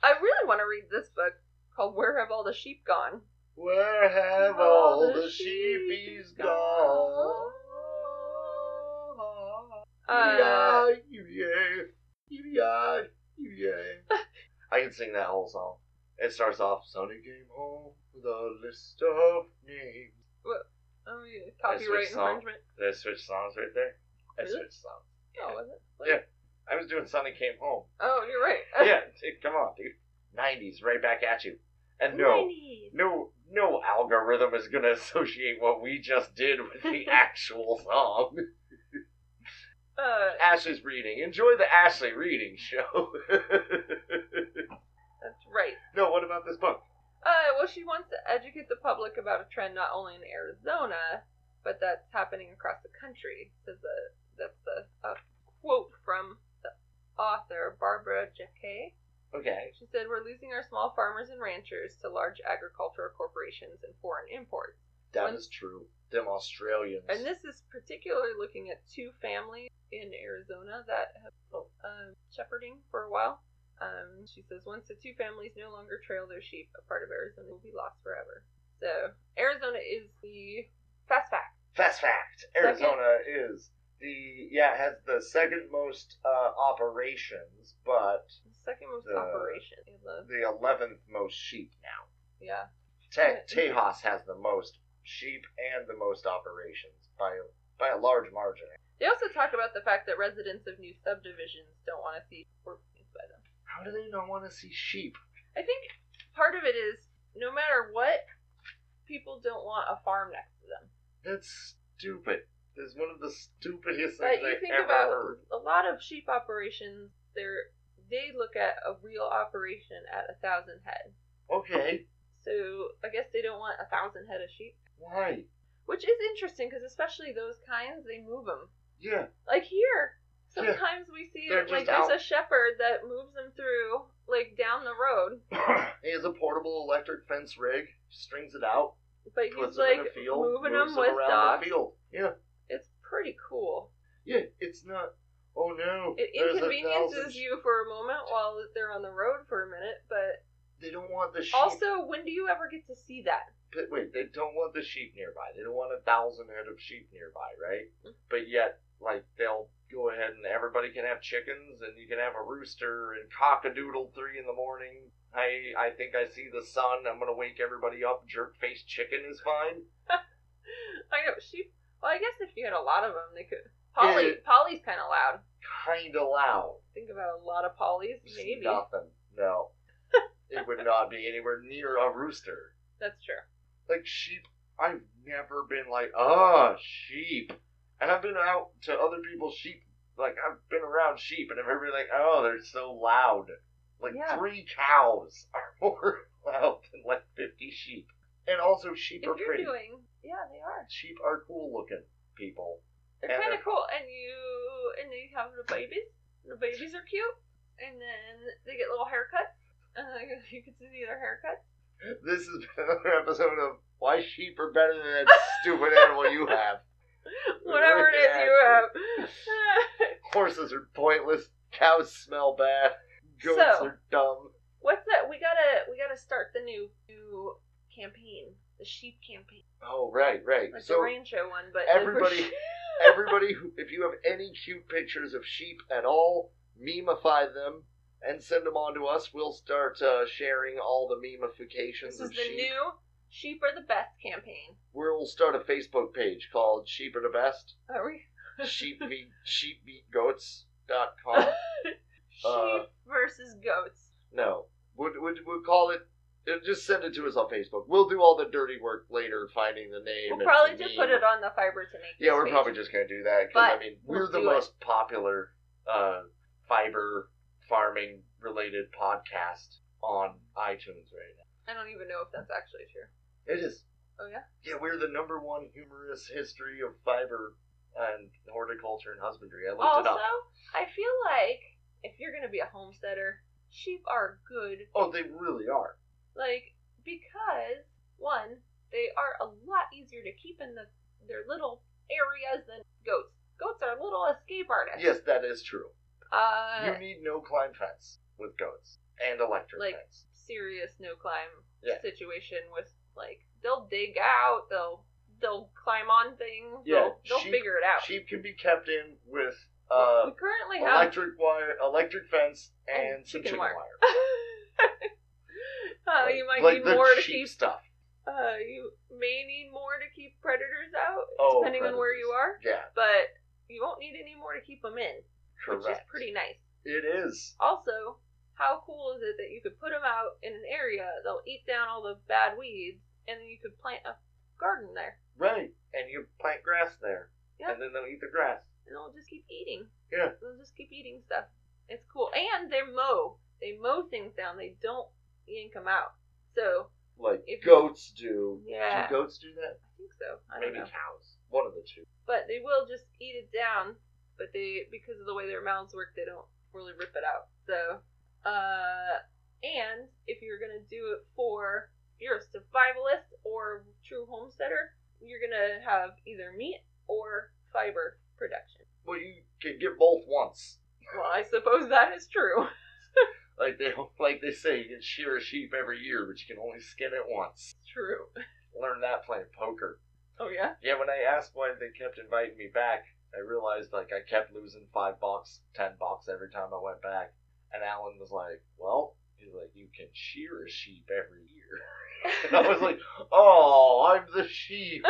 [SPEAKER 2] I really want to read this book called "Where Have All the Sheep Gone."
[SPEAKER 1] Where have all the sheepies gone?
[SPEAKER 2] Uh,
[SPEAKER 1] Yippee-yi, yippee-yi, yippee-yi, yippee-yi. I can sing that whole song. It starts off Sonny came home with a list of names.
[SPEAKER 2] oh, yeah,
[SPEAKER 1] That's which
[SPEAKER 2] copyright
[SPEAKER 1] song?
[SPEAKER 2] infringement.
[SPEAKER 1] Did I switch songs right there? I
[SPEAKER 2] Really?
[SPEAKER 1] switched songs.
[SPEAKER 2] Oh, was it?
[SPEAKER 1] Yeah. I was doing Sonny Came Home.
[SPEAKER 2] Oh, you're right.
[SPEAKER 1] yeah, dude, come on, dude. 90s, right back at you. And no,
[SPEAKER 2] Nineties.
[SPEAKER 1] no, no algorithm is going to associate what we just did with the actual song.
[SPEAKER 2] Uh,
[SPEAKER 1] Ashley's reading. Enjoy the Ashley reading show.
[SPEAKER 2] that's right.
[SPEAKER 1] no, what about this book?
[SPEAKER 2] Uh, well, she wants to educate the public about a trend not only in Arizona, but that's happening across the country. So the, that's the a quote from the author Barbara Jacquet.
[SPEAKER 1] Okay.
[SPEAKER 2] She said, We're losing our small farmers and ranchers to large agricultural corporations and foreign imports.
[SPEAKER 1] that
[SPEAKER 2] One-
[SPEAKER 1] is true. Them Australians.
[SPEAKER 2] And this is particularly looking at two families in Arizona that have um, shepherding for a while. Um, she says, Once the two families no longer trail their sheep, a part of Arizona will be lost forever. So, Arizona is the fast fact.
[SPEAKER 1] Fast fact Arizona is the, yeah, it has the second most uh, operations, but
[SPEAKER 2] The second most
[SPEAKER 1] The-
[SPEAKER 2] operation in the.
[SPEAKER 1] the 11th most sheep now.
[SPEAKER 2] Yeah.
[SPEAKER 1] Te- Tejas has the most sheep and the most operations by by a large margin.
[SPEAKER 2] They also talk about the fact that residents of new subdivisions don't want to see orphans by them.
[SPEAKER 1] How do they not want to see sheep?
[SPEAKER 2] I think part of it is no matter what, people don't want a farm next to them.
[SPEAKER 1] That's stupid. That's one of the stupidest
[SPEAKER 2] But
[SPEAKER 1] things
[SPEAKER 2] you
[SPEAKER 1] I've
[SPEAKER 2] think
[SPEAKER 1] ever
[SPEAKER 2] about
[SPEAKER 1] heard.
[SPEAKER 2] a lot of sheep operations, they're they look at a real operation at a thousand head.
[SPEAKER 1] Okay,
[SPEAKER 2] So I guess they don't want a thousand head of sheep,
[SPEAKER 1] why?
[SPEAKER 2] which is interesting because especially those kinds, they move them.
[SPEAKER 1] Yeah,
[SPEAKER 2] Like here,
[SPEAKER 1] Yeah.
[SPEAKER 2] sometimes we see
[SPEAKER 1] They're
[SPEAKER 2] like
[SPEAKER 1] just
[SPEAKER 2] there's
[SPEAKER 1] out.
[SPEAKER 2] a shepherd that moves them through like down the road,
[SPEAKER 1] he has a portable electric fence rig, strings it out,
[SPEAKER 2] but he's
[SPEAKER 1] puts them
[SPEAKER 2] like
[SPEAKER 1] in a field,
[SPEAKER 2] moving
[SPEAKER 1] moves
[SPEAKER 2] them with
[SPEAKER 1] around
[SPEAKER 2] dogs.
[SPEAKER 1] the field. Yeah,
[SPEAKER 2] It's pretty cool.
[SPEAKER 1] yeah. It's not Oh no!
[SPEAKER 2] It
[SPEAKER 1] there's a
[SPEAKER 2] inconveniences
[SPEAKER 1] thousand-
[SPEAKER 2] you for a moment while they're on the road for a minute, but
[SPEAKER 1] They don't want the sheep.
[SPEAKER 2] also, when do you ever get to see that?
[SPEAKER 1] but wait, they don't want the sheep nearby. They don't want a thousand head of sheep nearby, right? But yet, like they'll go ahead and everybody can have chickens, and you can have a rooster and cock a doodle three in the morning. I I think I see the sun. I'm gonna wake everybody up. Jerk face chicken is fine.
[SPEAKER 2] I know sheep. Well, I guess if you had a lot of them, they could. Polly,
[SPEAKER 1] Yeah.
[SPEAKER 2] Polly's kind of loud.
[SPEAKER 1] Kind of loud.
[SPEAKER 2] Think about a lot of Pollys,
[SPEAKER 1] Just
[SPEAKER 2] maybe.
[SPEAKER 1] Nothing. No. it would not be anywhere near a rooster.
[SPEAKER 2] That's true.
[SPEAKER 1] Like sheep, I've never been like, ah, sheep. And I've been out to other people's sheep. Like I've been around sheep, and I've ever been like, oh, they're so loud. Like
[SPEAKER 2] Yeah.
[SPEAKER 1] three cows are more loud than like fifty sheep. And also, sheep
[SPEAKER 2] If
[SPEAKER 1] are
[SPEAKER 2] you're
[SPEAKER 1] pretty.
[SPEAKER 2] doing, yeah, they are.
[SPEAKER 1] sheep are cool looking people.
[SPEAKER 2] They're
[SPEAKER 1] And
[SPEAKER 2] kind
[SPEAKER 1] they're-
[SPEAKER 2] of cool, and you and they have the babies. The babies are cute, and then they get little haircuts. Uh, you can see their haircuts.
[SPEAKER 1] This has been another episode of why sheep are better than that stupid animal you have.
[SPEAKER 2] Whatever it is you have.
[SPEAKER 1] Horses are pointless. Cows smell bad. Goats
[SPEAKER 2] So-
[SPEAKER 1] are dumb.
[SPEAKER 2] What's that? We gotta we gotta start the new new campaign, the sheep campaign,
[SPEAKER 1] Oh, right, right.
[SPEAKER 2] like
[SPEAKER 1] so
[SPEAKER 2] the Rancho one, but
[SPEAKER 1] everybody- everybody, who, if you have any cute pictures of sheep at all, memeify them and send them on to us. We'll start uh, sharing all the
[SPEAKER 2] This
[SPEAKER 1] memifications
[SPEAKER 2] is
[SPEAKER 1] of
[SPEAKER 2] the
[SPEAKER 1] sheep.
[SPEAKER 2] new sheep are the best campaign.
[SPEAKER 1] we'll start a Facebook page called Sheep Are the Best.
[SPEAKER 2] Are we
[SPEAKER 1] Sheep meet, sheep meet goats dot com.
[SPEAKER 2] sheep
[SPEAKER 1] Uh,
[SPEAKER 2] versus goats?
[SPEAKER 1] No. Would would would call it uh, just send it to us on Facebook. We'll do all the dirty work later, finding the name.
[SPEAKER 2] We'll
[SPEAKER 1] and
[SPEAKER 2] probably
[SPEAKER 1] the
[SPEAKER 2] just
[SPEAKER 1] meme.
[SPEAKER 2] put it on the fiber to make.
[SPEAKER 1] Yeah,
[SPEAKER 2] this
[SPEAKER 1] we're
[SPEAKER 2] page.
[SPEAKER 1] probably just gonna do that because I
[SPEAKER 2] But
[SPEAKER 1] mean
[SPEAKER 2] we'll
[SPEAKER 1] we're the
[SPEAKER 2] do it.
[SPEAKER 1] most popular uh, fiber farming related podcast on iTunes right
[SPEAKER 2] I
[SPEAKER 1] now.
[SPEAKER 2] don't even know if that's actually true.
[SPEAKER 1] It is.
[SPEAKER 2] Oh yeah,
[SPEAKER 1] Yeah, we're the number one humorous history of fiber and horticulture and husbandry. I looked it
[SPEAKER 2] Also,
[SPEAKER 1] up.
[SPEAKER 2] I feel like if you're going to be a homesteader, sheep are good.
[SPEAKER 1] Oh, they really are.
[SPEAKER 2] Like, because, one, they are a lot easier to keep in the, their little areas than goats. Goats are little escape artists.
[SPEAKER 1] Yes, that is true.
[SPEAKER 2] Uh,
[SPEAKER 1] you need no climb fence with goats and electric
[SPEAKER 2] Like-
[SPEAKER 1] fence.
[SPEAKER 2] serious no climb
[SPEAKER 1] Yeah.
[SPEAKER 2] situation with, like, they'll dig out, they'll they'll climb on things,
[SPEAKER 1] Yeah,
[SPEAKER 2] they'll, they'll
[SPEAKER 1] sheep-
[SPEAKER 2] figure it out.
[SPEAKER 1] Sheep can be kept in with uh,
[SPEAKER 2] we currently have
[SPEAKER 1] electric wire, electric fence, and,
[SPEAKER 2] And
[SPEAKER 1] some
[SPEAKER 2] chicken
[SPEAKER 1] chicken
[SPEAKER 2] wire.
[SPEAKER 1] wire.
[SPEAKER 2] uh, you might
[SPEAKER 1] like
[SPEAKER 2] need
[SPEAKER 1] the
[SPEAKER 2] more to
[SPEAKER 1] sheep
[SPEAKER 2] keep
[SPEAKER 1] stuff.
[SPEAKER 2] Uh, you may need more to keep predators out,
[SPEAKER 1] Oh,
[SPEAKER 2] depending on where you are,
[SPEAKER 1] Yeah,
[SPEAKER 2] but you won't need any more to keep them in,
[SPEAKER 1] correct.
[SPEAKER 2] which is pretty nice.
[SPEAKER 1] It is.
[SPEAKER 2] Also, how cool is it that you could put them out in an area, they'll eat down all the bad weeds, and then you could plant a garden there,
[SPEAKER 1] Right. And you plant grass there.
[SPEAKER 2] Yeah.
[SPEAKER 1] And then they'll eat the grass.
[SPEAKER 2] and they'll just keep eating.
[SPEAKER 1] Yeah.
[SPEAKER 2] They'll just keep eating stuff. It's cool. And they mow. They mow things down, they don't yank them out. So,
[SPEAKER 1] Like
[SPEAKER 2] If you-
[SPEAKER 1] goats do.
[SPEAKER 2] yeah,
[SPEAKER 1] Do goats do that?
[SPEAKER 2] I think so. I don't know.
[SPEAKER 1] Maybe cows. One of the two.
[SPEAKER 2] but they will just eat it down. But they, because of the way their mouths work, they don't really rip it out. So, uh, and if you're gonna do it for, if you're a survivalist or true homesteader, you're gonna have either meat or fiber production.
[SPEAKER 1] Well, you can get both once.
[SPEAKER 2] Well, I suppose that is true.
[SPEAKER 1] Like they like they say, you can shear a sheep every year, but you can only skin it once.
[SPEAKER 2] True.
[SPEAKER 1] Learn that playing poker.
[SPEAKER 2] Oh yeah.
[SPEAKER 1] Yeah, when I asked why they kept inviting me back, I realized like I kept losing five bucks, ten bucks every time I went back. And Alan was like, "Well, he's like, you can shear a sheep every year." And I was like, "Oh, I'm the sheep.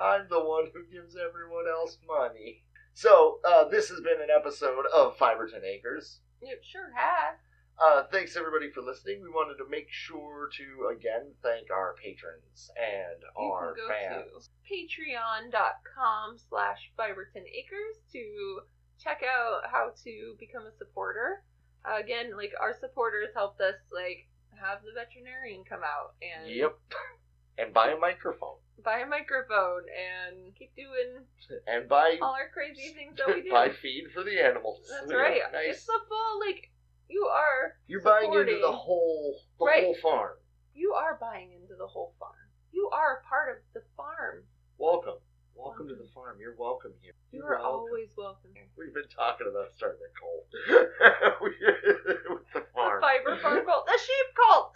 [SPEAKER 1] I'm the one who gives everyone else money." So uh, this has been an episode of Fiberton Acres.
[SPEAKER 2] it sure has.
[SPEAKER 1] Uh, thanks everybody for listening. We wanted to make sure to again thank our patrons and
[SPEAKER 2] You
[SPEAKER 1] our
[SPEAKER 2] can go to
[SPEAKER 1] fans.
[SPEAKER 2] patreon.com slash Fiberton Acres to check out how to become a supporter. Uh, again, like our supporters helped us like have the veterinarian come out and
[SPEAKER 1] Yep. And buy a microphone.
[SPEAKER 2] buy a microphone and keep doing
[SPEAKER 1] And buy
[SPEAKER 2] all our crazy things Oh, that we do.
[SPEAKER 1] buy feed for the animals.
[SPEAKER 2] That's
[SPEAKER 1] You know,
[SPEAKER 2] right. It's
[SPEAKER 1] Nice.
[SPEAKER 2] the full like you are
[SPEAKER 1] You're buying into the
[SPEAKER 2] supporting-
[SPEAKER 1] whole the
[SPEAKER 2] Right.
[SPEAKER 1] whole farm.
[SPEAKER 2] you are buying into the whole farm. You are a part of the farm.
[SPEAKER 1] Welcome. Welcome to the farm. You're welcome here.
[SPEAKER 2] Mm. You
[SPEAKER 1] You're
[SPEAKER 2] are
[SPEAKER 1] welcome.
[SPEAKER 2] always welcome.
[SPEAKER 1] We've been talking about starting a cult We- with
[SPEAKER 2] The
[SPEAKER 1] the farm.
[SPEAKER 2] fiber farm cult. The sheep cult.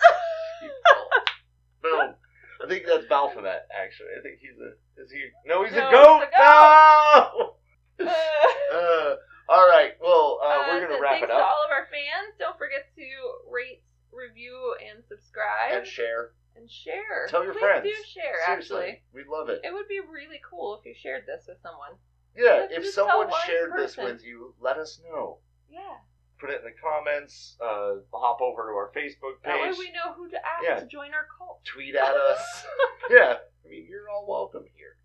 [SPEAKER 1] Boom. I think that's Balphabet, actually. I think he's a. Is he? No, he's
[SPEAKER 2] No,
[SPEAKER 1] a
[SPEAKER 2] he's
[SPEAKER 1] goat.
[SPEAKER 2] a goat.
[SPEAKER 1] No.
[SPEAKER 2] Uh,
[SPEAKER 1] Uh, all right. Well, uh,
[SPEAKER 2] uh,
[SPEAKER 1] we're gonna
[SPEAKER 2] so
[SPEAKER 1] wrap it
[SPEAKER 2] thanks
[SPEAKER 1] up
[SPEAKER 2] to all of our fans. Don't forget to rate, review, and subscribe.
[SPEAKER 1] and share.
[SPEAKER 2] and share.
[SPEAKER 1] Tell your
[SPEAKER 2] Please
[SPEAKER 1] friends.
[SPEAKER 2] Do share
[SPEAKER 1] Seriously,
[SPEAKER 2] actually.
[SPEAKER 1] we love it.
[SPEAKER 2] It would be really cool if you shared this with someone.
[SPEAKER 1] Yeah.
[SPEAKER 2] Let's
[SPEAKER 1] If
[SPEAKER 2] just tell
[SPEAKER 1] someone
[SPEAKER 2] one
[SPEAKER 1] shared this
[SPEAKER 2] person.
[SPEAKER 1] with you, let us know.
[SPEAKER 2] Yeah.
[SPEAKER 1] Put it in the comments. Uh, hop over to our Facebook
[SPEAKER 2] That way
[SPEAKER 1] page.
[SPEAKER 2] we know who to ask
[SPEAKER 1] Yeah.
[SPEAKER 2] to join our cult.
[SPEAKER 1] Tweet at us. yeah. I mean, you're all welcome here.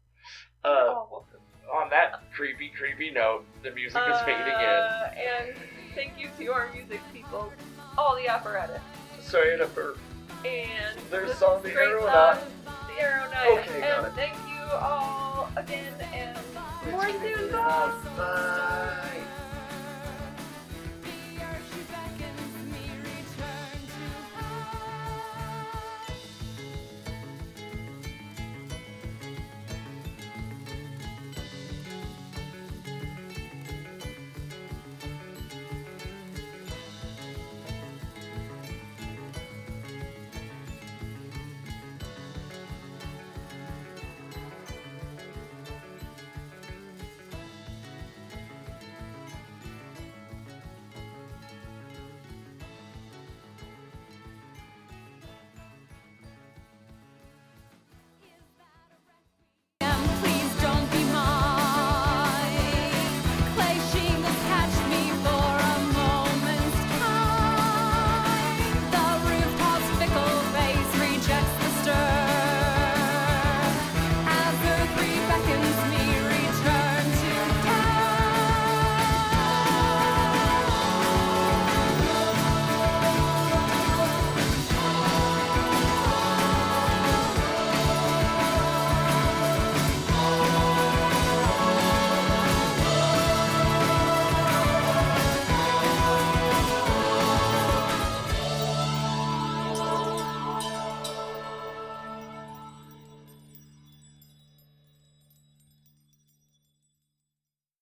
[SPEAKER 1] Uh,
[SPEAKER 2] oh, welcome.
[SPEAKER 1] on that creepy, creepy note, the music is fading in.
[SPEAKER 2] Uh, And thank you to our music people, all the operettas,
[SPEAKER 1] Sorry to burp.
[SPEAKER 2] and
[SPEAKER 1] Their
[SPEAKER 2] the
[SPEAKER 1] song, The
[SPEAKER 2] great
[SPEAKER 1] Aeronaut.
[SPEAKER 2] song, the Aeronaut.
[SPEAKER 1] Okay, got
[SPEAKER 2] and
[SPEAKER 1] it.
[SPEAKER 2] thank you all again, and more soon, folks.
[SPEAKER 1] Uh, Bye.